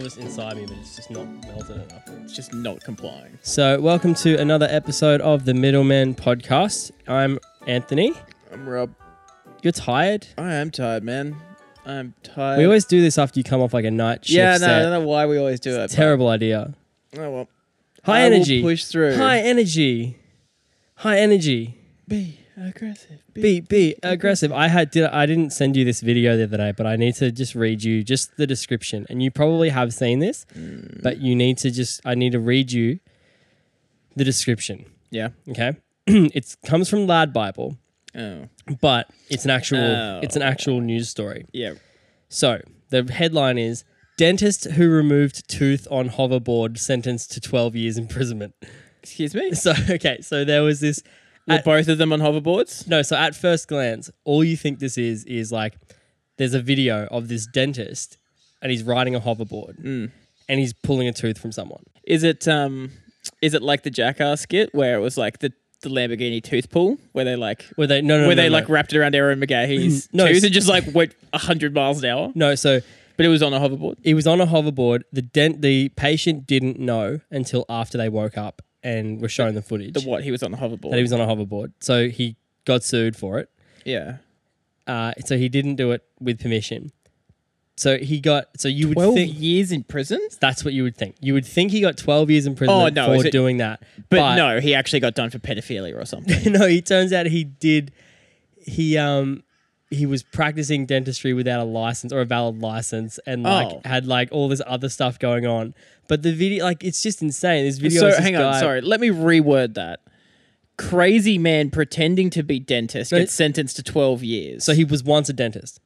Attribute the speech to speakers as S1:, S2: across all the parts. S1: but it's just not melted enough. It's just not complying.
S2: So, welcome to another episode of the Middleman Podcast. I'm Anthony.
S1: I'm Rob.
S2: You're tired.
S1: I am tired, man. I'm tired.
S2: We always do this after you come off like a night shift.
S1: yeah, no, I
S2: set.
S1: don't know why we always do it. but-
S2: Terrible idea.
S1: Oh well.
S2: High
S1: I will
S2: energy.
S1: push through.
S2: High energy. High energy.
S1: Be aggressive.
S2: Be be aggressive. I had did I didn't send you this video the other day, but I need to just read you just the description. And you probably have seen this,
S1: Mm.
S2: but you need to just I need to read you the description.
S1: Yeah.
S2: Okay. it comes from Lad Bible,
S1: Oh.
S2: but it's an actual
S1: Oh.
S2: it's an actual news story.
S1: Yeah.
S2: So the headline is Dentist who removed tooth on hoverboard sentenced to 12 years imprisonment.
S1: Excuse me.
S2: So, okay, so there was this.
S1: Were
S2: at-
S1: both of them on hoverboards?
S2: no, so at first glance, all you think this is is like there's a video of this dentist and he's riding a hoverboard and he's pulling a tooth from someone.
S1: Hmm. Is it um, is it like the Jackass skit where it was like the the Lamborghini tooth pull where they like
S2: Were they, no, no,
S1: where
S2: no,
S1: they
S2: no.
S1: like wrapped it around Aaron McGahey's
S2: No,
S1: tooth
S2: s-
S1: and just like went hundred miles an hour,
S2: no, so
S1: but it was on a hoverboard.
S2: he was on a hoverboard. The dent, the patient didn't know until after they woke up and were shown the footage
S1: The what he was on the hoverboard.
S2: that he was on a hoverboard. So he got sued for it.
S1: yeah.
S2: Uh, so he didn't do it with permission. So he got. So you would
S1: Twelve
S2: think
S1: years in prison?
S2: that's what you would think. You would think he got twelve years in prison
S1: Oh, no, is
S2: for
S1: it-
S2: doing that,
S1: But, no, he actually got done for pedophilia or something.
S2: no, he turns out he did. He um he was practicing dentistry without a license or a valid license, and like
S1: Oh.
S2: had like all this other stuff going on. But the video, like, it's just insane. This video.
S1: so
S2: is this
S1: hang on,
S2: guy-
S1: sorry. Let me reword that. Crazy man pretending to be dentist
S2: No,
S1: gets sentenced to twelve years.
S2: So he was once a dentist.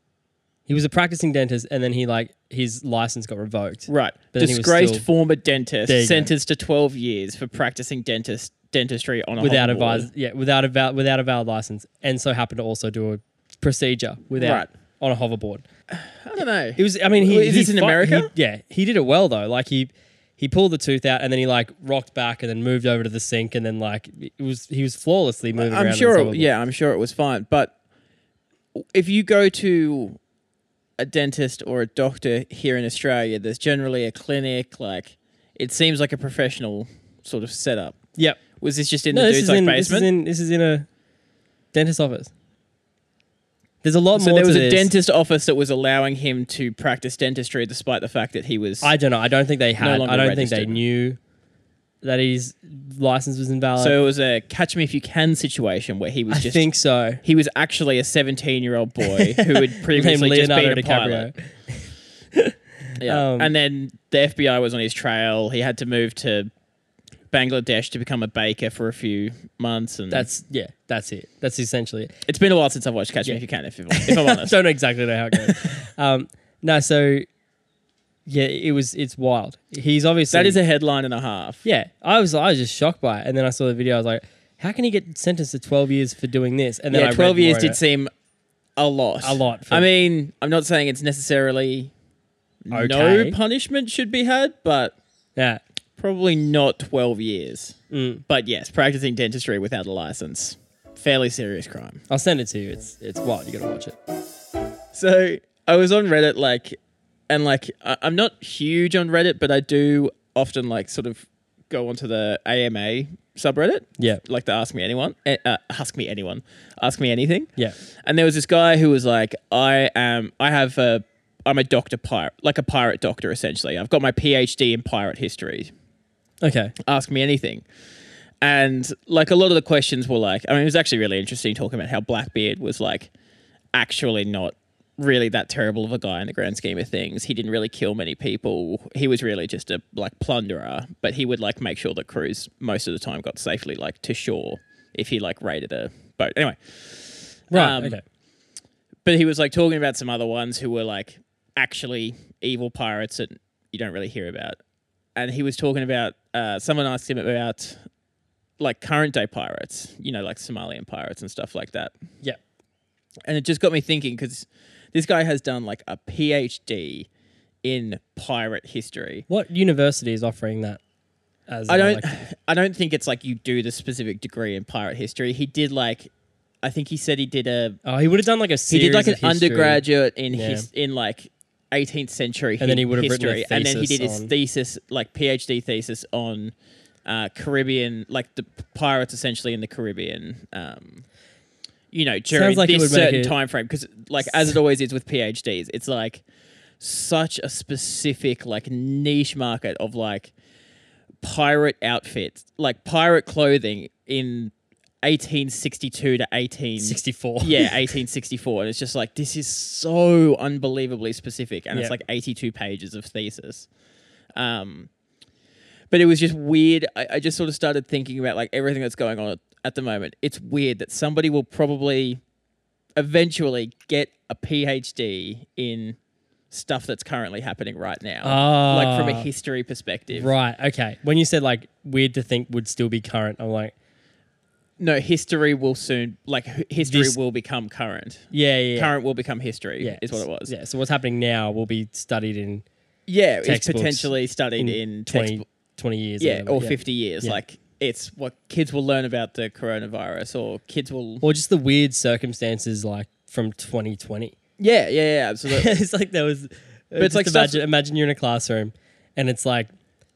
S2: He was a practicing dentist, and then he like his license got revoked.
S1: right,
S2: But then he was
S1: disgraced
S2: still-
S1: former dentist
S2: There you go.
S1: sentenced to twelve years for practicing dentist dentistry on a
S2: without a
S1: hoverboard.
S2: valid, yeah, without a val- without a valid license, and so happened to also do a procedure without
S1: Right.
S2: on a hoverboard.
S1: I don't know.
S2: It was, I mean, he
S1: Is
S2: he
S1: this in
S2: fi-
S1: America?
S2: he- yeah, he did it well though. Like he he pulled the tooth out and then he like rocked back and then moved over to the sink and then like it was he was flawlessly moving. around
S1: I'm
S2: on
S1: sure.
S2: this
S1: It,
S2: hoverboard.
S1: yeah, I'm sure it was fine. But if you go to a dentist or a doctor here in Australia, there's generally a clinic. Like, it seems like a professional sort of setup.
S2: yep.
S1: Was this just in
S2: No,
S1: the
S2: this
S1: dude's
S2: is
S1: like
S2: in this is
S1: basement?
S2: in this is in a dentist office. There's a lot
S1: so
S2: more.
S1: there was
S2: to
S1: a
S2: this.
S1: dentist office that was allowing him to practice dentistry, despite the fact that he was.
S2: I don't know. I don't think they had.
S1: longer
S2: I don't think
S1: registered.
S2: they knew that his license was invalid.
S1: so it was a catch me if you can situation where he was
S2: I
S1: just.
S2: think so.
S1: he was actually a 17 year old boy who had
S2: Named
S1: previously just been
S2: Leonardo
S1: a pilot. Mm.
S2: DiCaprio.
S1: Yeah.
S2: Um,
S1: and then the FBI was on his trail. He had to move to Bangladesh to become a baker for a few months. And
S2: That's yeah. That's it. That's essentially it.
S1: it's been a while since I've watched Catch
S2: Yeah.
S1: Me If You Can, if, if I'm honest.
S2: Don't exactly know how it goes. um, no, so yeah, it was. It's wild. He's obviously
S1: that is a headline and a half.
S2: yeah. I was I was just shocked by it, and then I saw the video. I was like, how can he get sentenced to twelve years for doing this? And then I
S1: Yeah,
S2: read
S1: 12
S2: more
S1: years
S2: of
S1: did
S2: it.
S1: seem a lot.
S2: A lot for-
S1: I mean, I'm not saying it's necessarily
S2: Okay.
S1: no punishment should be had, but
S2: yeah.
S1: probably not 12 years.
S2: Mm.
S1: But yes, practicing dentistry without a license. Fairly serious crime.
S2: I'll send it to you. It's it's wild. You gotta watch it.
S1: So I was on Reddit, like, and like, I- I'm not huge on Reddit, but I do often like sort of go onto the AMA subreddit,
S2: Yeah.
S1: like the Ask Me Anyone, eh, uh, Ask Me Anyone, Ask Me Anything.
S2: Yeah.
S1: And there was this guy who was like, I am, I have a, I'm a doctor pirate, like a pirate doctor essentially. I've got my PhD in pirate history.
S2: Okay.
S1: Ask me anything. And like a lot of the questions were like, I mean, it was actually really interesting talking about how Blackbeard was like actually not really that terrible of a guy in the grand scheme of things. He didn't really kill many people. He was really just a like plunderer, but he would like make sure the crews most of the time got safely like to shore if he like raided a boat. Anyway,
S2: Right.
S1: Um,
S2: okay.
S1: but he was like talking about some other ones who were like actually evil pirates that you don't really hear about. And he was talking about uh, someone asked him about like current day pirates, you know, like Somalian pirates and stuff like that.
S2: Yeah.
S1: And it just got me thinking because this guy has done like a PhD in pirate history.
S2: What university is offering that? As
S1: I
S2: an
S1: don't
S2: elective?
S1: I don't think it's like you do the specific degree in pirate history. He did like I think he said he did a
S2: Oh, he would have done like a
S1: he
S2: series.
S1: did like an
S2: of history.
S1: undergraduate in
S2: Yeah.
S1: his in like 18th century
S2: And then he
S1: hi-
S2: would have written a
S1: history, and then he
S2: thesis
S1: did his
S2: on-
S1: thesis, like PhD thesis on uh, Caribbean, like the pirates essentially in the Caribbean. Um, you know, during
S2: Sounds like it
S1: this
S2: would make
S1: certain
S2: it-
S1: time frame, because like as it always is with PhDs, it's like such a specific like niche market of like pirate outfits, like pirate clothing in 1862 to 18
S2: 64.
S1: yeah, 1864. And it's just like, this is so unbelievably specific. And it's
S2: Yeah.
S1: like 82 pages of thesis. Um, but it was just weird. I, I just sort of started thinking about like everything that's going on at, at the moment. It's weird that somebody will probably eventually get a PhD in stuff that's currently happening right now. like from a
S2: Ah.
S1: history perspective.
S2: Right. Okay. When you said like weird to think would still be current, I'm like,
S1: No, history will soon, like h- history
S2: This-
S1: will become current.
S2: yeah, yeah, yeah.
S1: Current will become history,
S2: yeah,
S1: is what it was.
S2: Yeah. So what's happening now will be studied in
S1: Yeah, it's
S2: textbooks
S1: potentially studied in,
S2: 20,
S1: textbook,
S2: 20 years.
S1: yeah,
S2: whatever,
S1: or fifty years.
S2: Yeah.
S1: Like it's what kids will learn about the coronavirus, or kids will.
S2: Or just the weird circumstances like from 2020.
S1: Yeah, yeah, yeah, absolutely.
S2: it's like there was. But
S1: it's
S2: it's
S1: like
S2: like
S1: stuff-
S2: imagine, imagine you're in a classroom, and it's like,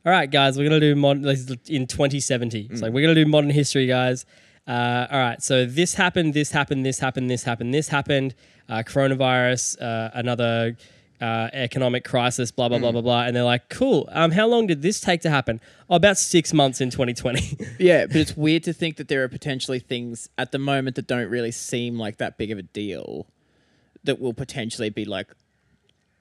S2: all right, guys, we're gonna do modern like, in 2070.
S1: Mm.
S2: It's like we're gonna do modern history, guys. Uh, all right, so this happened, this happened, this happened, this happened, this happened. Uh, coronavirus, uh, another uh, economic crisis, blah blah blah
S1: Mm.
S2: blah blah. And they're like, cool. Um, how long did this take to happen? Oh, about six months in 2020.
S1: yeah, but it's weird to think that there are potentially things at the moment that don't really seem like that big of a deal, that will potentially be like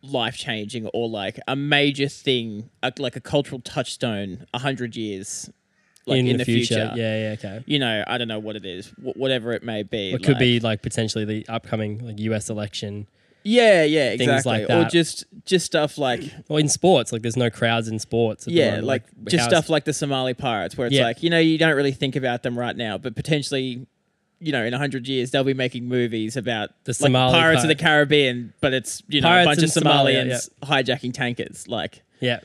S1: life changing or like a major thing, a, like a cultural touchstone, a hundred years, like in, the future.
S2: Yeah, yeah, okay.
S1: You know, I don't know what it is, wh- whatever it may be.
S2: It could
S1: like-
S2: be like potentially the upcoming like U.S. election
S1: Yeah, yeah,
S2: Things
S1: exactly.
S2: like
S1: Or
S2: that.
S1: just just stuff like
S2: or in sports. Like, there's no crowds in sports. at the
S1: yeah,
S2: moment,
S1: like, just
S2: how's-
S1: stuff like the Somali pirates, where it's
S2: Yeah.
S1: like you know you don't really think about them right now, but potentially, you know, in hundred years they'll be making movies about
S2: The
S1: like,
S2: Somali
S1: pirates of the
S2: pirate.
S1: Caribbean, but it's you know
S2: Pirates
S1: a bunch of
S2: in Somalia,
S1: Somalians hijacking tankers, like
S2: Yeah.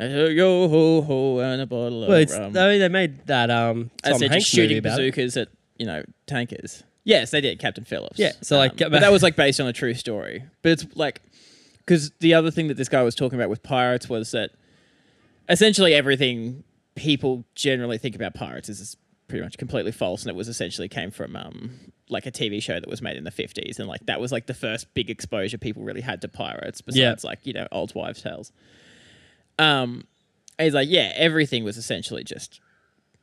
S1: uh, yo ho ho and a bottle
S2: Well,
S1: of
S2: it's, I
S1: rum,
S2: mean, they made that um, Tom
S1: as they're
S2: Hanks
S1: just
S2: movie
S1: shooting
S2: about it.
S1: bazookas at you know tankers. Yes, they did, Captain Phillips. Um,
S2: Yeah, so, like,
S1: but that was like based on a true story. But it's like because the other thing that this guy was talking about with pirates was that essentially everything people generally think about pirates is is pretty much completely false, and it was essentially came from um, like a TV show that was made in the fifties, and like that was like the first big exposure people really had to pirates, besides like you know old wives' tales. Um, and he's like, yeah, everything was essentially just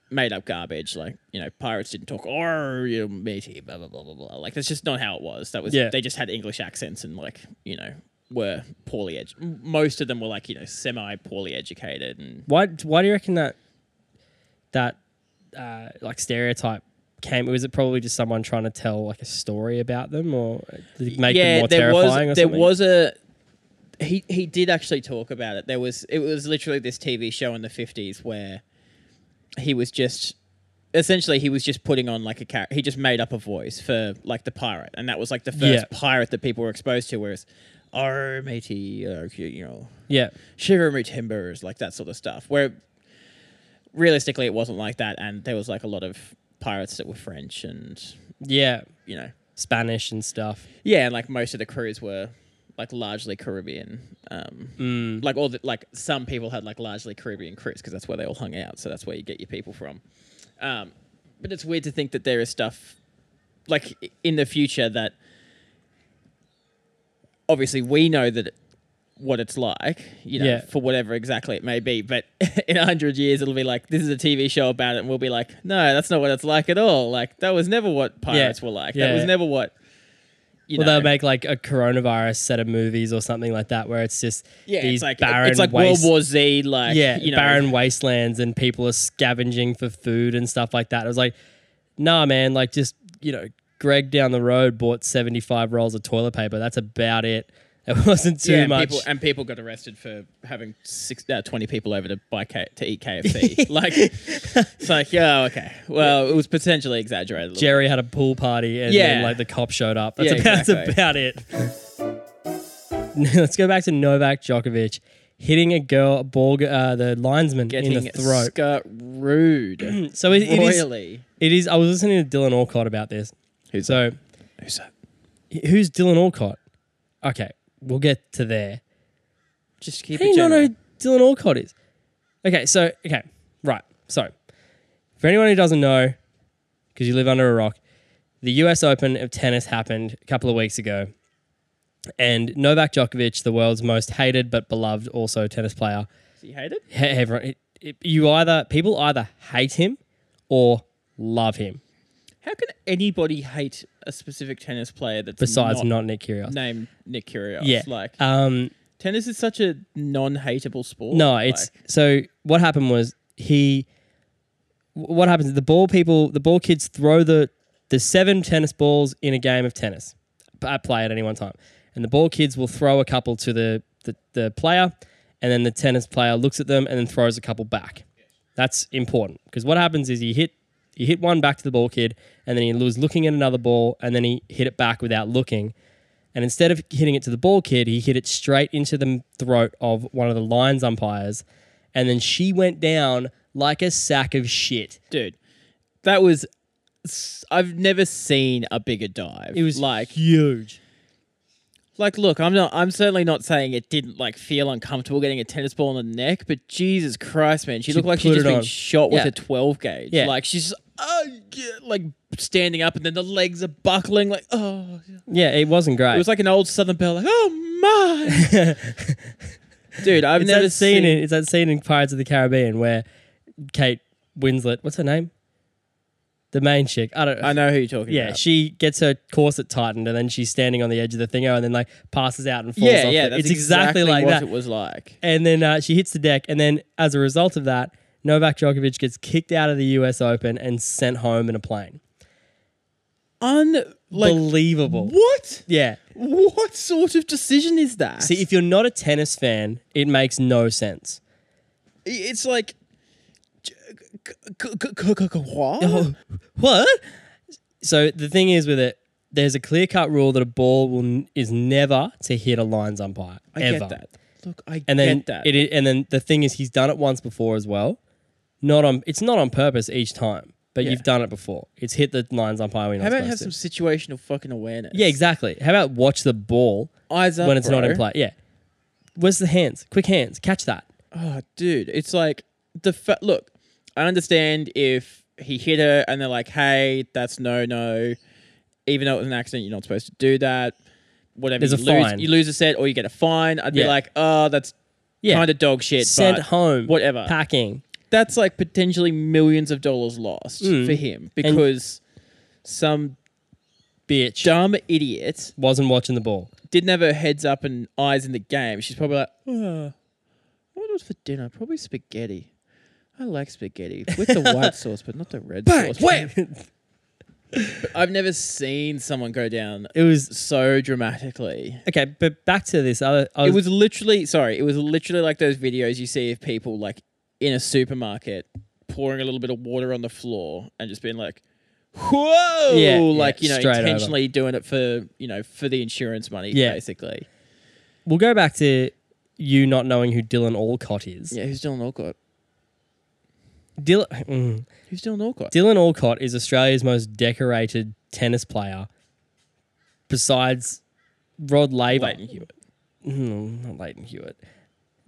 S1: made up garbage. Like you know, pirates didn't talk or you know, matey, blah blah blah blah blah. Like that's just not how it was. That was
S2: Yeah.
S1: they just had English accents and like you know were poorly ed. m- Most of them were like you know semi poorly educated and
S2: Why, why do you reckon that that uh, like stereotype came? Was it probably just someone trying to tell like a story about them or to make them more terrifying
S1: was
S2: or
S1: there
S2: something?
S1: was a he he did actually talk about it. There was it was literally this TV show in the fifties where he was just essentially he was just putting on like a character. He just made up a voice for like the pirate, and that was like the first
S2: Yeah.
S1: pirate that people were exposed to. Whereas, oh matey, uh, you- you know,
S2: yeah.
S1: shiver me timbers, like that sort of stuff. Where realistically, it wasn't like that, and there was like a lot of pirates that were French, and
S2: Yeah.
S1: you know,
S2: Spanish and stuff.
S1: yeah, and like most of the crews were like largely Caribbean. Um,
S2: Mm.
S1: Like all the like some people had like largely Caribbean crews because that's where they all hung out. So that's where you get your people from. Um, but it's weird to think that there is stuff like i- in the future that obviously we know that it- what it's like, you know,
S2: Yeah.
S1: for whatever exactly it may be. But in a hundred years, it'll be like this is a TV show about it, and we'll be like, no, that's not what it's like at all. Like that was never what pirates were like. That
S2: Yeah.
S1: was never what. You
S2: Well,
S1: know,
S2: they'll make like a coronavirus set of movies or something like that, where it's just
S1: yeah,
S2: these
S1: it's like
S2: barren
S1: it's like
S2: waste-
S1: World War Z, like
S2: yeah,
S1: you know,
S2: barren wastelands and people are scavenging for food and stuff like that. It was like, nah, man, like just, you know, Greg down the road bought 75 rolls of toilet paper. That's about it. It wasn't too
S1: yeah, and
S2: much.
S1: People, and people got arrested for having six, uh, 20 people over to buy K- to eat KFC. like it's like, yeah, okay. Well, it was potentially exaggerated. a little
S2: Jerry had a pool party and then
S1: Yeah.
S2: like the cop showed up. That's,
S1: Yeah,
S2: about,
S1: exactly.
S2: that's about it. Let's go back to Novak Djokovic hitting a girl, ball, uh, the linesman
S1: getting
S2: in the throat.
S1: scut rude.
S2: so it, it is.
S1: Royally.
S2: It is. I was listening to Dylan Orcott about this.
S1: Who's
S2: so
S1: Who's that?
S2: Who's Dylan Alcott? Okay, we'll get to there.
S1: Just keep
S2: How do
S1: it
S2: you not
S1: general.
S2: know who Dylan Alcott is? Okay, so okay, right. So for anyone who doesn't know, because you live under a rock, the U.S. Open of tennis happened a couple of weeks ago, and Novak Djokovic, the world's most hated but beloved also tennis player,
S1: Does he hate it?
S2: he- everyone, it, it, you either people either hate him or love him.
S1: How can anybody hate a specific tennis player that's
S2: Besides
S1: not,
S2: not, Nick Kyrgios.
S1: named Nick Kyrgios?
S2: yeah,
S1: Like
S2: um,
S1: tennis is such a non-hateable sport.
S2: No,
S1: Like,
S2: it's so what happened was he. wh- What happens? is The ball people, the ball kids throw the the seven tennis balls in a game of tennis p- at play at any one time, and the ball kids will throw a couple to the the, the player, and then the tennis player looks at them and then throws a couple back. That's important because what happens is you hit you hit one back to the ball kid, and then he was looking at another ball, and then he hit it back without looking. And instead of hitting it to the ball kid, he hit it straight into the throat of one of the Lions umpires. And then she went down like a sack of shit.
S1: dude, that was. s- I've never seen a bigger dive.
S2: It was
S1: like
S2: huge.
S1: Like, look, I'm not. I'm certainly not saying it didn't like feel uncomfortable getting a tennis ball in the neck, but Jesus Christ, man, she, looked like she
S2: put
S1: just
S2: it
S1: been
S2: on.
S1: shot with
S2: Yeah.
S1: a 12 gauge.
S2: Yeah.
S1: like she's uh, yeah, like standing up, and then the legs are buckling. Like, oh,
S2: Yeah, it wasn't great.
S1: it was like an old Southern belle. Like, oh my, dude, I've
S2: it's
S1: never
S2: that scene
S1: seen
S2: in, it's that scene in Pirates of the Caribbean where Kate Winslet, what's her name? The main chick. I don't
S1: I know who you're talking
S2: Yeah,
S1: about.
S2: she gets her corset tightened and then she's standing on the edge of the thingo and then like passes out and falls
S1: yeah,
S2: off.
S1: yeah.
S2: the-
S1: That's
S2: it's exactly, like
S1: what
S2: that.
S1: It was like.
S2: and then uh, she hits the deck, and then as a result of that, Novak Djokovic gets kicked out of the U.S. Open and sent home in a plane.
S1: Un like
S2: Believable.
S1: what?
S2: Yeah.
S1: What sort of decision is that?
S2: See, if you're not a tennis fan, it makes no sense.
S1: It's like. c- c- c- c- What?
S2: What? So the thing is with it, there's a clear cut rule that a ball will n- is never to hit a lines umpire
S1: I
S2: ever.
S1: get that. Look, I
S2: And then
S1: get that.
S2: it i- and then the thing is he's done it once before as well. Not on it's not on purpose each time, but
S1: Yeah.
S2: you've done it before. It's hit the lines umpire. We're not
S1: How about
S2: supposed
S1: have
S2: to.
S1: some situational fucking awareness?
S2: Yeah, exactly. How about watch the ball
S1: Eyes up
S2: when it's not
S1: bro.
S2: in play? Yeah. Where's the hands? Quick hands. Catch that.
S1: Oh, dude, it's like the fa- look. I understand if he hit her and they're like, "Hey, that's no no," even though it was an accident, you're not supposed to do that. Whatever,
S2: There's
S1: you
S2: a
S1: lose,
S2: fine.
S1: You lose a set or you get a fine. I'd be
S2: Yeah.
S1: like, "Oh, that's
S2: Yeah.
S1: kind of dog shit."
S2: Sent
S1: but
S2: home.
S1: whatever.
S2: Packing.
S1: that's like potentially millions of dollars lost for him because some
S2: Bitch.
S1: dumb idiot
S2: Wasn't watching the ball.
S1: didn't have her heads up and eyes in the game, she's probably like, oh, what was for dinner? Probably spaghetti. I like spaghetti with the white sauce, but not the red
S2: Bang.
S1: sauce.
S2: Wham.
S1: But I've never seen someone go down
S2: It was
S1: so dramatically.
S2: okay, but back to this other. I
S1: It
S2: was,
S1: was literally, sorry, it was literally like those videos you see of people like in a supermarket pouring a little bit of water on the floor and just being like, whoa,
S2: Yeah, yeah,
S1: like, you know,
S2: straight over.
S1: intentionally doing it for, you know, for the insurance money,
S2: Yeah.
S1: basically.
S2: We'll go back to you not knowing who Dylan Alcott is.
S1: Yeah, who's Dylan Alcott?
S2: Dylan, mm.
S1: Who's Dylan Alcott?
S2: Dylan Alcott is Australia's most decorated tennis player, besides Rod Laver.
S1: Leighton Hewitt.
S2: Mm, not Leighton Hewitt.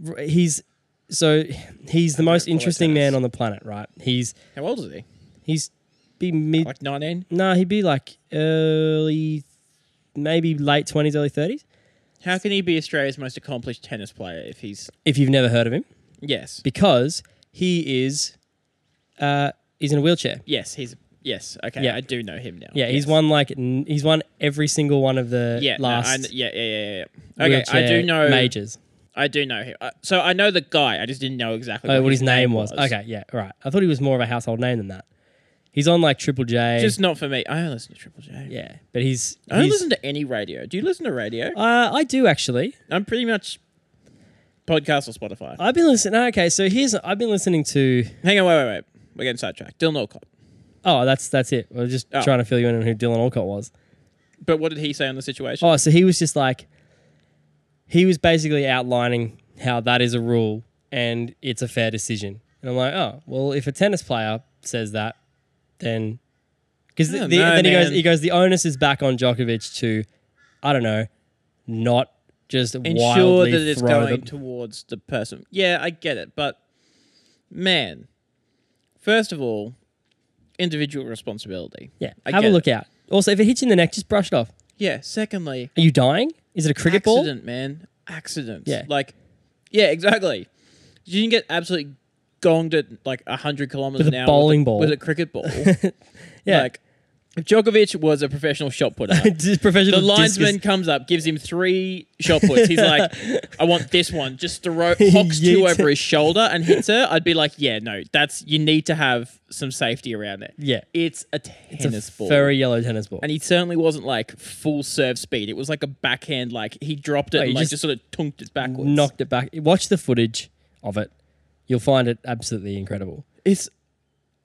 S2: R- He's so he's the most
S1: follow
S2: interesting
S1: tennis.
S2: man on the planet, right? He's
S1: How old is he?
S2: he's be mid.
S1: Like 19?
S2: Nah, he'd be like early, maybe late twenties, early thirties.
S1: How can he be Australia's most accomplished tennis player if he's.
S2: If you've never heard of him,
S1: Yes.
S2: because he is, uh, he's in a wheelchair.
S1: Yes, he's. Yes, okay.
S2: Yeah.
S1: I do know him now.
S2: Yeah, he's
S1: Yes.
S2: won like n- he's won every single one of the
S1: Yeah, no, I
S2: last
S1: kn- yeah, yeah, yeah, yeah. Okay, I
S2: wheelchair
S1: do know.
S2: majors.
S1: I do know him. Uh, so I know the guy. I just didn't know exactly
S2: Oh, what his name was. Okay, yeah, all right. I thought he was more of a household name than that. He's on like Triple J.
S1: Just not for me. I don't listen to Triple J.
S2: yeah, but he's.
S1: I don't
S2: he's-
S1: listen to any radio. Do you listen to radio?
S2: Uh, I do actually.
S1: I'm pretty much podcast or Spotify.
S2: I've been listening. Okay, so here's I've been listening to.
S1: Hang on, wait, wait, wait. We're getting sidetracked. Dylan Alcott.
S2: Oh, that's that's it. I was just
S1: Oh.
S2: trying to fill you in on who Dylan Alcott was.
S1: But what did he say on the situation?
S2: Oh, so he was just like, he was basically outlining how that is a rule and it's a fair decision. And I'm like, oh, well, if a tennis player says that, then because
S1: I
S2: the,
S1: don't
S2: the-
S1: know,
S2: then he goes,
S1: man.
S2: he goes, the onus is back on Djokovic to, I don't know, not just
S1: ensure
S2: wildly
S1: that it's
S2: throw
S1: going
S2: the,
S1: towards the person. Yeah, I get it, but man, first of all, individual responsibility.
S2: yeah.
S1: I
S2: have
S1: get
S2: a
S1: it.
S2: look out. Also, if it hits you in the neck, just brush it off.
S1: Yeah. Secondly,
S2: Are you dying? Is it a cricket ball?
S1: accident, man, accident.
S2: Yeah.
S1: Like, yeah, exactly. You can get absolutely gonged at like hundred kilometers
S2: With
S1: an
S2: a
S1: hour
S2: bowling
S1: with,
S2: ball.
S1: with a cricket ball.
S2: Yeah.
S1: Like, if Djokovic was a professional shot putter,
S2: Just professional
S1: The linesman
S2: discus-
S1: comes up, gives him three shot puts. He's like, I want this one. Just throw hocks two
S2: Yeet.
S1: over his shoulder and hits her. I'd be like, yeah, no, that's you need to have some safety around it.
S2: Yeah.
S1: It's a
S2: It's a
S1: tennis ball.
S2: Very yellow tennis ball.
S1: and he certainly wasn't like full serve speed. It was like a backhand, like he dropped it
S2: Oh,
S1: and
S2: he
S1: like just,
S2: just
S1: sort of tunked it backwards.
S2: knocked it back. Watch the footage of it. You'll find it absolutely incredible.
S1: It's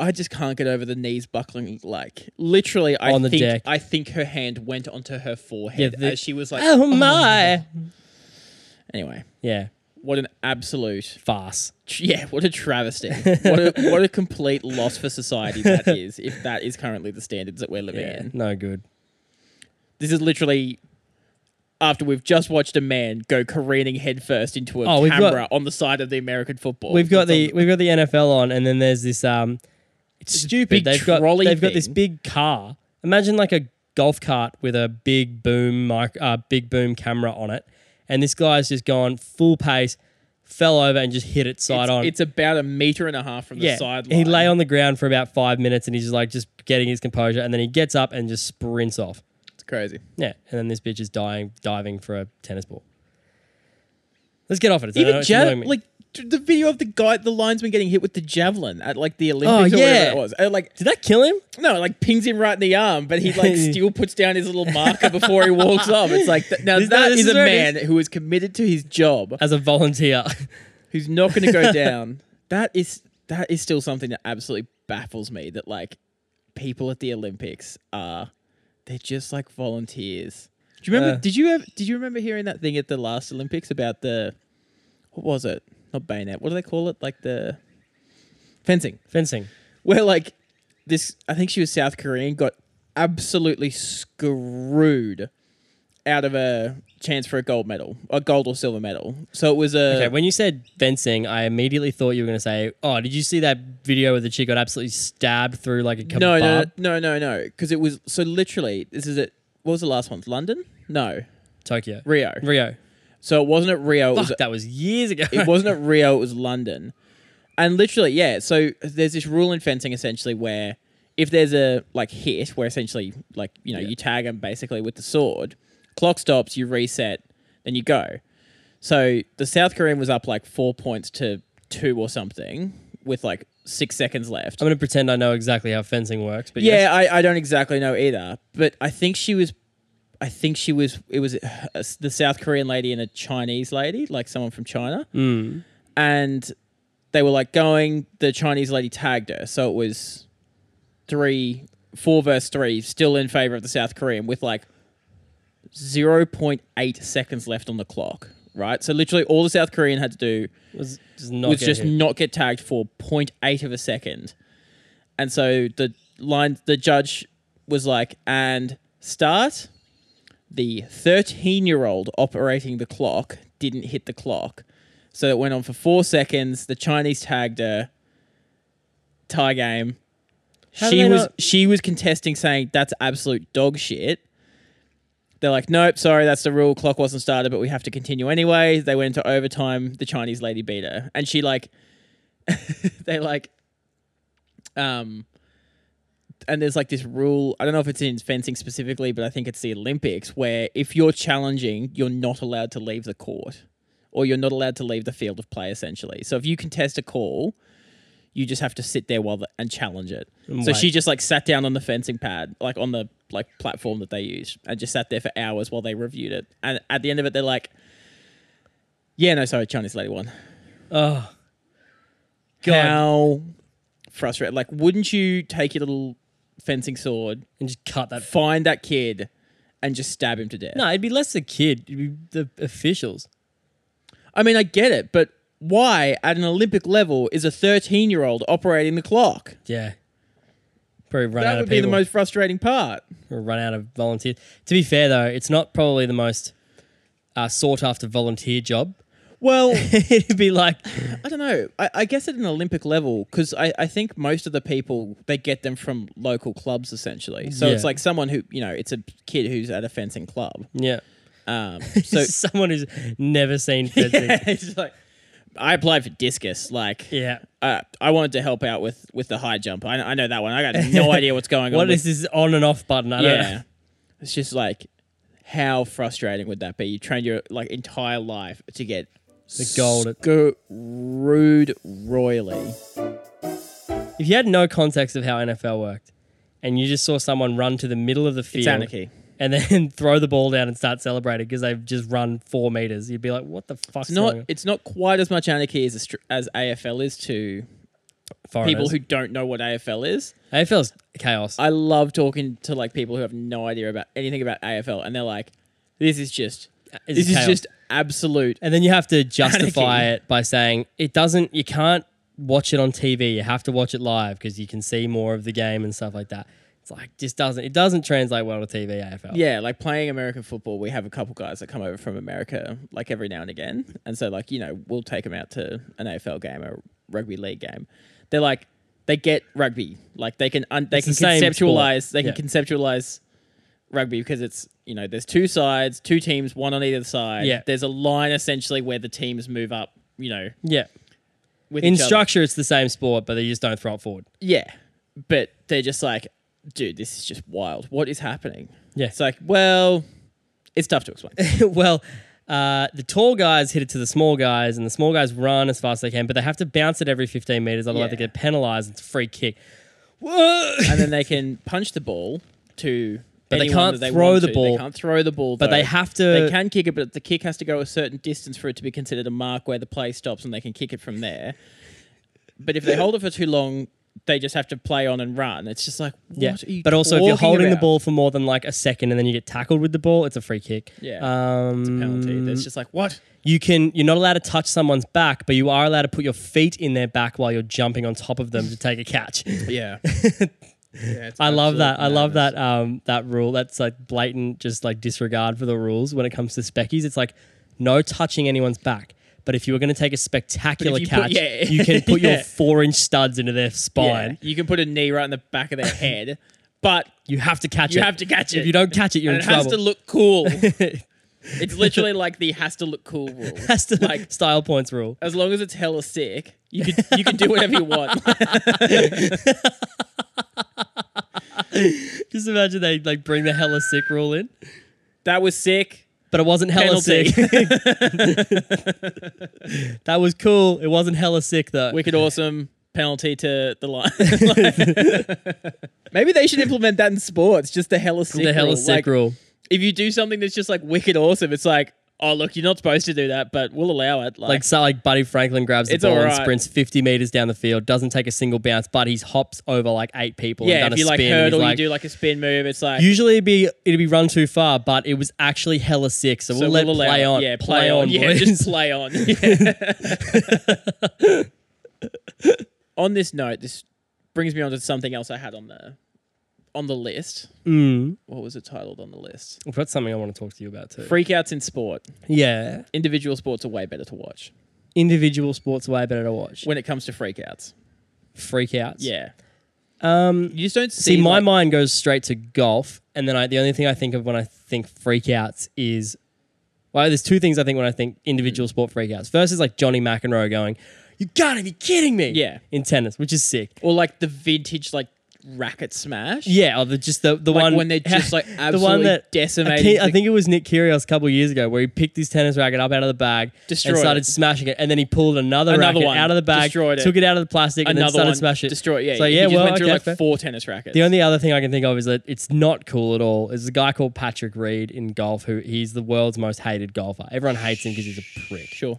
S1: I just can't get over the knees buckling like literally I
S2: On the
S1: think
S2: deck.
S1: I think her hand went onto her forehead
S2: Yeah, the-
S1: as she was like
S2: Oh my!
S1: Anyway,
S2: Yeah,
S1: what an absolute
S2: farce.
S1: Yeah, what a travesty. what a what a complete loss for society that is, if that is currently the standards that we're living
S2: Yeah,
S1: in.
S2: no good.
S1: This is literally after we've just watched a man go careening headfirst into a
S2: Oh, we've
S1: camera
S2: got-
S1: on the side of the American football.
S2: We've got
S1: It's
S2: the
S1: on
S2: we've got the NFL on, and then there's this um, it's
S1: big
S2: stupid. They've got
S1: trolley
S2: they've got this
S1: thing.
S2: big car. Imagine like a golf cart with a big boom mic, uh, big boom camera on it, and this guy's just gone full pace, fell over and just hit it side
S1: it's,
S2: on.
S1: It's about a meter and a half from the sideline.
S2: He lay on the ground for about five minutes and he's just like just getting his composure and then he gets up and just sprints off.
S1: It's crazy.
S2: Yeah. And then this bitch is dying diving for a tennis ball. Let's get off it. It's
S1: Even
S2: annoying- it's
S1: jab,
S2: annoying me.
S1: like d- the video of the guy, the linesman getting hit with the javelin at like the Olympics or
S2: Oh, yeah.
S1: whatever that was. Uh, like
S2: did that kill him?
S1: No, it, like pings him right in the arm, but he like still puts down his little marker before he walks off. It's like th- now
S2: This-
S1: that
S2: no, this
S1: is
S2: is
S1: a
S2: where it
S1: man who is committed to his job,
S2: As a volunteer.
S1: who's not going to go down. That is that is still something that absolutely baffles me. That like people at the Olympics are they're just like volunteers. Do you remember?
S2: Yeah.
S1: Did you ever, did you remember hearing that thing at the last Olympics about the what was it? Not bayonet. What do they call it? Like the fencing
S2: Fencing.
S1: where like this I think she was South Korean got absolutely screwed out of a chance for a gold medal, a gold or silver medal. So it was a
S2: Okay, when you said fencing, I immediately thought you were gonna say, Oh, did you see that video where the chick got absolutely stabbed through like a kebab?
S1: no, no, no, no, no, because it was so literally this is it. What was the last one? London? No,
S2: Tokyo.
S1: Rio.
S2: Rio.
S1: So it wasn't at Rio. It was
S2: Fuck, that was years ago.
S1: it wasn't at Rio, it was London. And literally, yeah, so there's this rule in fencing essentially where if there's a like hit where essentially like, you know, you tag them basically with the sword, clock stops, you reset, then you go. So the South Korean was up like 4 points to 2 or something with like 6 seconds left.
S2: I'm gonna pretend I know exactly how fencing works, but yes.
S1: Yeah, I, I don't exactly know either, but I think she was, I think she was, it was uh, the South Korean lady and a Chinese lady, like someone from China,
S2: Mm.
S1: and they were like going. The Chinese lady tagged her, so it was three, four verse three, still in favor of the South Korean with like zero point eight seconds left on the clock. Right, so literally all the South Korean had to do
S2: was just not
S1: was
S2: get
S1: just
S2: hit.
S1: not get tagged for 0.8 of a second. And so the line the judge was like, and start. The 13 year old operating the clock didn't hit the clock. So it went on for four seconds. The Chinese tagged her. Tie game.
S2: How do
S1: she
S2: they
S1: was
S2: not-
S1: she was contesting saying that's absolute dog shit. They're like, nope, sorry, that's the rule. Clock wasn't started, but we have to continue anyway. They went into overtime. The Chinese lady beat her, and she like, they like, um, and there's like this rule. I don't know if it's in fencing specifically, but I think it's the Olympics where if you're challenging, you're not allowed to leave the court, or you're not allowed to leave the field of play. Essentially, so if you contest a call, you just have to sit there while the, and challenge it.
S2: And
S1: so
S2: wait.
S1: she just like sat down on the fencing pad, like on the like platform that they use, and just sat there for hours while they reviewed it. And at the end of it, they're like, "Yeah, no, sorry, Chinese lady won."
S2: Oh. God.
S1: How frustrated! Like, wouldn't you take your little fencing sword,
S2: and just cut that. F-
S1: find that kid, and just stab him to death?
S2: no, it'd be less the kid, it'd be the officials.
S1: I mean, I get it, but why at an Olympic level is a 13 year old operating the clock?
S2: Yeah. Probably run
S1: That
S2: out of
S1: would be the
S2: people.
S1: most frustrating part.
S2: or run out of volunteers. To be fair though, it's not probably the most uh, sought after volunteer job.
S1: Well,
S2: It'd be like,
S1: I don't know. I, I guess at an Olympic level, because I, I think most of the people they get them from local clubs essentially. So it's
S2: Yeah.
S1: like someone who you know, it's a kid who's at a fencing club.
S2: yeah,
S1: Um, so
S2: someone who's never seen fencing.
S1: yeah, it's like I applied for discus. Like
S2: Yeah.
S1: uh, I wanted to help out with with the high jump. I, I know that one. I got no idea what's going on.
S2: What
S1: with-
S2: is this on and off button? I don't
S1: Oh Yeah.
S2: know.
S1: It's just like, how frustrating would that be? You trained your like entire life to get
S2: The gold.
S1: screwed royally.
S2: If you had no context of how NFL worked and you just saw someone run to the middle of the
S1: It's
S2: field
S1: anarchy.
S2: and then throw the ball down and start celebrating because they've just run four meters, you'd be like, what the fuck's
S1: It's not.
S2: going on?
S1: It's not quite as much anarchy as Aust- as AFL is to
S2: Foreigners.
S1: people who don't know what AFL is.
S2: AFL's chaos.
S1: I love talking to like people who have no idea about anything about AFL, and they're like, "This is just.
S2: It's
S1: this
S2: chaos.
S1: is just absolute."
S2: And then you have to justify
S1: Anarchy.
S2: it by saying it doesn't. You can't watch it on TV. You have to watch it live because you can see more of the game and stuff like that. It's like just doesn't. It doesn't translate well to TV AFL.
S1: Yeah, like playing American football, we have a couple guys that come over from America like every now and again. And so, like, you know, we'll take them out to an AFL game or rugby league game. They're like, they get rugby. Like, they can, un- they
S2: It's
S1: can
S2: the same
S1: conceptualize,
S2: sport.
S1: they can
S2: Yeah.
S1: conceptualize rugby because it's, you know, there's two sides, two teams, one on either side.
S2: Yeah.
S1: There's a line essentially where the teams move up, you know,
S2: yeah.
S1: with
S2: In
S1: each other.
S2: structure, it's the same sport, but they just don't throw it forward.
S1: Yeah. But they're just like, dude, this is just wild. What is happening?
S2: Yeah.
S1: It's like, well, it's tough to explain.
S2: well, uh, the tall guys hit it to the small guys, and the small guys run as fast as they can, but they have to bounce it every 15 meters, otherwise they
S1: Yeah.
S2: get penalized. It's a free kick. Whoa!
S1: and then they can punch the ball to.
S2: But they
S1: anyone
S2: can't
S1: that they
S2: throw
S1: want
S2: the
S1: to.
S2: ball.
S1: They can't throw the ball,
S2: but they
S1: though.
S2: have to.
S1: They can kick it, but the kick has to go a certain distance for it to be considered a mark where the play stops, and they can kick it from there. But if they hold it for too long, they just have to play on and run. It's just like what
S2: Yeah.
S1: are you
S2: But also, if you're
S1: talking
S2: holding the
S1: about?
S2: ball for more than like a second and then you get tackled with the ball, it's a free kick.
S1: Yeah.
S2: Um,
S1: it's a penalty. That's just like what?
S2: you can. You're not allowed to touch someone's back, but you are allowed to put your feet in their back while you're jumping on top of them to take a catch.
S1: Yeah.
S2: I love that. I love that. Um, that rule. That's like blatant, just like disregard for the rules when it comes to speckies. It's like no touching anyone's back. But if you were going to take a spectacular
S1: you put-
S2: catch,
S1: yeah.
S2: you can put
S1: Yeah.
S2: your four-inch studs into their spine.
S1: You can put a knee right in the back of their head, but
S2: You have to catch
S1: you
S2: it.
S1: have to catch it.
S2: If you don't catch it, you're
S1: and
S2: in
S1: it
S2: trouble.
S1: has to look cool. it's literally like the has to look cool rule.
S2: That's the
S1: like-
S2: style points rule.
S1: As long as it's hella sick, you could you could do whatever you want.
S2: Just imagine they like bring the hella sick rule in,
S1: that was sick.
S2: but it wasn't hella
S1: Penalty.
S2: sick. that was cool. It wasn't hella sick though.
S1: Wicked awesome. Penalty to the line. Like- maybe they should implement that in sports. Just the hella sick.
S2: the hella
S1: rule.
S2: sick
S1: Like,
S2: rule.
S1: If you do something that's just like wicked awesome, it's like, oh look, you're not supposed to do that, but we'll allow it. Like,
S2: Like so, like Buddy Franklin grabs the
S1: It's
S2: ball and
S1: alright.
S2: sprints fifty meters down the field, doesn't take a single bounce, but he's hops over like eight people.
S1: yeah,
S2: and done
S1: if you
S2: a
S1: like
S2: spin and he's
S1: hurdle,
S2: like-
S1: you do like a spin move. It's like
S2: Usually it'd be it'd be run too far, but it was actually hella sick. So,
S1: so
S2: we'll let
S1: we'll allow
S2: play
S1: it.
S2: on.
S1: Yeah, play, on. Yeah,
S2: boys.
S1: just play on. Yeah. on this note, this brings me on to something else I had on the on the list.
S2: Mm.
S1: what was it titled on the list?
S2: I've got something I want to talk to you about too.
S1: Freakouts in sport.
S2: yeah,
S1: Individual sports are way better to watch
S2: individual sports are way better to watch.
S1: when it comes to freakouts.
S2: Freakouts.
S1: Yeah,
S2: Um,
S1: you just don't see.
S2: See, my
S1: like-
S2: mind goes straight to golf, and then I, the only thing I think of when I think freakouts is, well, there's two things I think when I think individual sport freakouts. First is like Johnny McEnroe going, "You gotta be kidding me!"
S1: Yeah.
S2: in tennis, which is sick.
S1: or like the vintage like racket smash.
S2: Yeah, or the, just the the
S1: like
S2: one
S1: when they're just like absolutely
S2: I,
S1: decimating.
S2: think, I
S1: the-
S2: think it was Nick Kyrgios a couple of years ago where he picked his tennis racket up out of the bag
S1: Destroyed
S2: and started
S1: it.
S2: smashing it, and then he pulled another,
S1: Another
S2: racket
S1: one.
S2: out of the bag,
S1: Destroyed it.
S2: took it out of the plastic, and then
S1: another
S2: started
S1: one
S2: smashing it.
S1: destroy. Yeah,
S2: so
S1: he
S2: yeah,
S1: just
S2: well,
S1: went through
S2: okay,
S1: like
S2: fair.
S1: four tennis rackets.
S2: The only other thing I can think of is that it's not cool at all. Is a guy called Patrick Reed in golf who he's the world's most hated golfer. Everyone hates him because he's a prick.
S1: sure.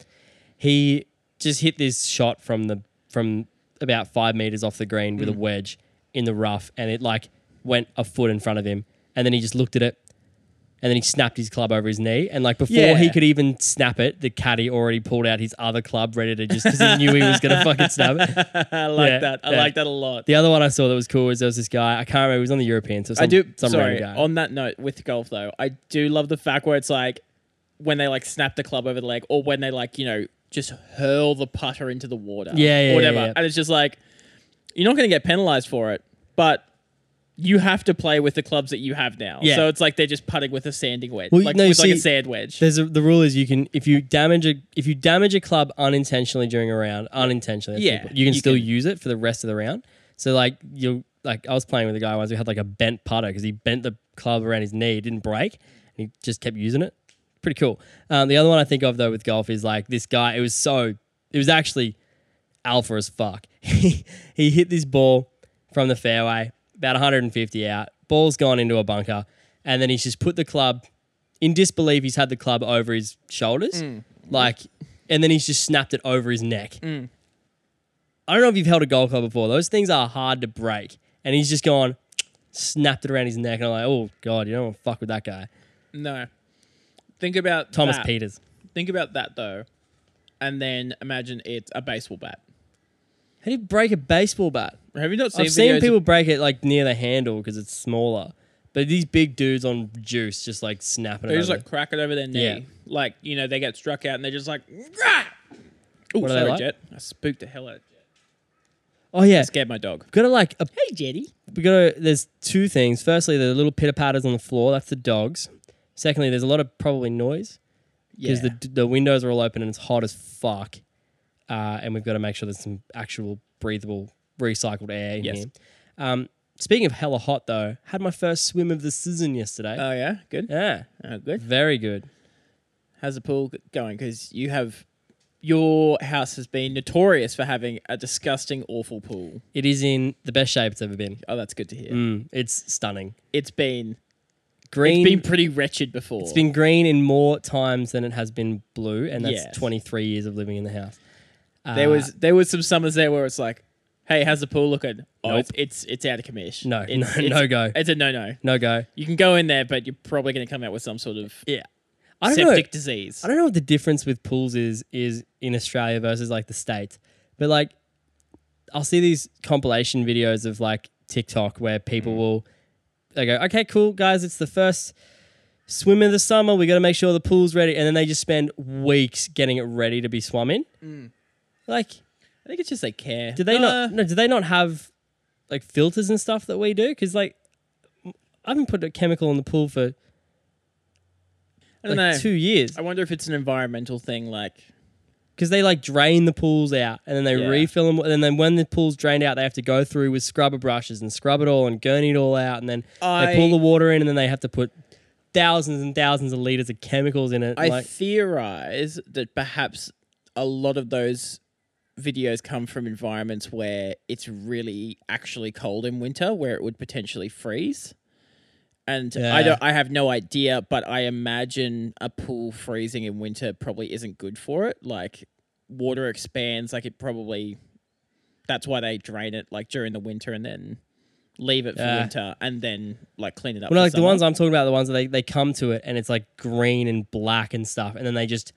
S2: He just hit this shot from the from about five meters off the green
S1: Mm.
S2: with a wedge in the rough, and it like went a foot in front of him, and then he just looked at it. And then he snapped his club over his knee, and like before
S1: Yeah.
S2: he could even snap it, the caddy already pulled out his other club, ready to just because he knew he was gonna fucking snap it.
S1: I like
S2: Yeah,
S1: that. I
S2: yeah.
S1: like that a lot.
S2: The other one I saw that was cool was there was this guy. I can't remember. He was on the European. So some,
S1: I do.
S2: Some
S1: sorry.
S2: random guy.
S1: On that note, with golf though, I do love the fact where it's like when they like snap the club over the leg or when they like, you know, just hurl the putter into the water.
S2: Yeah, yeah,
S1: Or whatever.
S2: yeah, yeah.
S1: And it's just like you're not going to get penalized for it, but you have to play with the clubs that you have now.
S2: Yeah.
S1: So it's like they're just putting with a sanding wedge.
S2: Well,
S1: like
S2: no, you
S1: with like a
S2: see,
S1: sand wedge.
S2: There's a, the rule is you can if you damage a if you damage a club unintentionally during a round unintentionally that's
S1: Yeah,
S2: the- you can
S1: you
S2: still
S1: can-
S2: use it for the rest of the round. So like you like I was playing with a guy once who had like a bent putter because he bent the club around his knee, it didn't break, and he just kept using it. Pretty cool. Um, the other one I think of though with golf is like this guy. It was so it was actually alpha as fuck. he he hit this ball from the fairway, about 150 out. Ball's gone into a bunker, and then he's just put the club in disbelief. He's had the club over his shoulders,
S1: Hmm.
S2: like, and then he's just snapped it over his neck. I don't know if you've held a golf club before. Those things are hard to break, and he's just gone, snapped it around his neck, and I'm like, oh god, you don't want to fuck with that guy,
S1: no. Think about
S2: Thomas
S1: that.
S2: Peters.
S1: Think about that though. And then imagine it's a baseball bat.
S2: How do you break a baseball bat?
S1: Have you not seen
S2: I've seen
S1: videos
S2: people
S1: of-
S2: break it like near the handle because it's smaller. But these big dudes on juice just like snapping it.
S1: they just
S2: over.
S1: like crack it over their knee.
S2: Yeah.
S1: Like, you know, they get struck out and they're just like, Rah! Ooh,
S2: What are they
S1: sorry,
S2: like?
S1: Jet. I spooked the hell out. of Jet.
S2: oh yeah,
S1: Scared my dog.
S2: gotta like a,
S1: Hey, Jetty.
S2: we gotta. There's two things. Firstly, the little pitter patters on the floor. That's the dogs. Secondly, there's a lot of probably noise
S1: Yeah.
S2: because the the windows are all open and it's hot as fuck. Uh, and we've got to make sure there's some actual breathable recycled air in
S1: Yes.
S2: here. Um, speaking of hella hot though, had my first swim of the season yesterday.
S1: oh yeah, good.
S2: yeah,
S1: Oh, good.
S2: very good.
S1: How's the pool g- going? Because you have your house has been notorious for having a disgusting, awful pool.
S2: It is in the best shape it's ever been.
S1: Oh, that's good to hear.
S2: Mm, it's stunning.
S1: It's been
S2: Green.
S1: it's been pretty wretched before.
S2: green in more times than it has been blue, and that's
S1: Yes.
S2: 23 years of living in the house. Uh,
S1: there was there was some summers there where it's like, hey, how's the pool looking? Oh,
S2: Nope.
S1: it's, it's it's out of commission.
S2: No,
S1: it's,
S2: no-
S1: it's-
S2: no go.
S1: It's a no no.
S2: no go.
S1: You can go in there, but you're probably going to come out with some sort of
S2: Yeah, I don't
S1: septic
S2: know.
S1: disease.
S2: I don't know what the difference with pools is is in Australia versus like the states, but like I'll see these compilation videos of like TikTok where
S1: Mm.
S2: people will they go, okay, cool guys, it's the first swim of the summer. We got to make sure the pool's ready, and then they just spend weeks getting it ready to be swum in.
S1: Mm.
S2: Like,
S1: I think it's just they care.
S2: do they
S1: Uh,
S2: not? No, do they not have like filters and stuff that we do? Because like I haven't put a chemical in the pool for
S1: I
S2: like
S1: don't know.
S2: two years
S1: I wonder if it's an environmental thing. Like,
S2: because they like drain the pools out and then they
S1: Yeah.
S2: refill them and then when the pool's drained out they have to go through with scrubber brushes and scrub it all and gurney it all out and then they
S1: I-
S2: pull the water in and then they have to put thousands and thousands of liters of chemicals in it
S1: I
S2: like
S1: theorize that perhaps a lot of those videos come from environments where it's really actually cold in winter, where it would potentially freeze. And
S2: Yeah.
S1: I don't, I have no idea, but I imagine a pool freezing in winter probably isn't good for it. Like water expands, like it probably. That's why they drain it like during the winter and then leave it for
S2: Yeah.
S1: winter and then like clean it up.
S2: well,
S1: for
S2: like the
S1: summer.
S2: ones I'm talking about, the ones that they, they come to it and it's like green and black and stuff, and then they just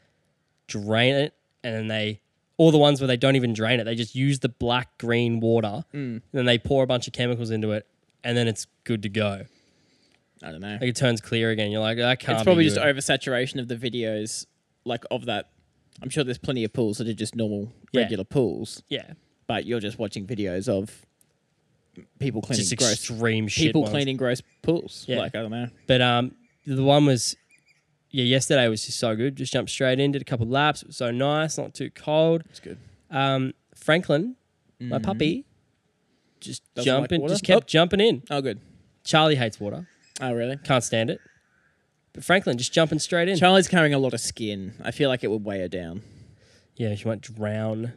S2: drain it, and then they, all the ones where they don't even drain it, they just use the black green water,
S1: Mm.
S2: and then they pour a bunch of chemicals into it, and then it's good to go.
S1: I don't know.
S2: Like it turns clear again. You're like, that can't.
S1: it's probably
S2: be
S1: just
S2: good."
S1: oversaturation of the videos, like of that. I'm sure there's plenty of pools that are just normal,
S2: Yeah.
S1: regular pools,
S2: yeah,
S1: but you're just watching videos of people cleaning
S2: just
S1: gross
S2: extreme shit.
S1: people
S2: ones.
S1: cleaning gross pools.
S2: Yeah.
S1: Like I don't know.
S2: But um, the one was, yeah, yesterday was just so good. Just jumped straight in, did a couple laps. It was so nice, not too cold.
S1: It's good.
S2: Um, Franklin,
S1: Mm.
S2: my puppy, just
S1: Doesn't like
S2: Mm-hmm. jumping,
S1: water?
S2: just kept
S1: Oh.
S2: jumping in.
S1: Oh, good.
S2: Charlie hates water,
S1: Oh, really?
S2: can't stand it. But Franklin just jumping straight in.
S1: Charlie's carrying a lot of skin. I feel like it would weigh her down.
S2: yeah, she won't drown.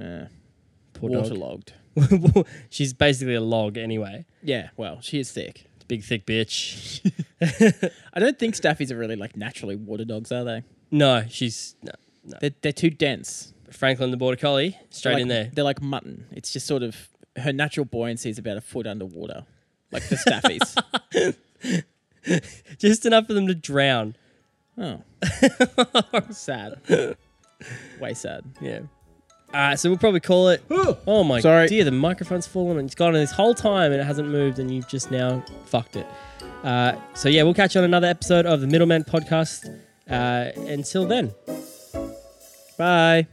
S1: Uh,
S2: Poor dog.
S1: waterlogged.
S2: She's basically a log anyway.
S1: Yeah. Well, she is thick.
S2: Big thick bitch.
S1: I don't think staffies are really like naturally water dogs, are they?
S2: No, she's no, no.
S1: They're, they're too dense.
S2: Franklin the border collie straight
S1: They're
S2: in
S1: like-
S2: there.
S1: They're like mutton. It's just sort of her natural buoyancy is about a foot underwater, like the staffies.
S2: Just enough for them to drown.
S1: oh, sad. Way sad.
S2: Yeah. All right, so we'll probably call it. Oh my
S1: Sorry.
S2: dear, the microphone's fallen and it's gone this whole time and it hasn't moved and you've just now fucked it. Uh, so yeah, we'll catch you on another episode of the Middleman Podcast. Uh, until then.
S1: Bye.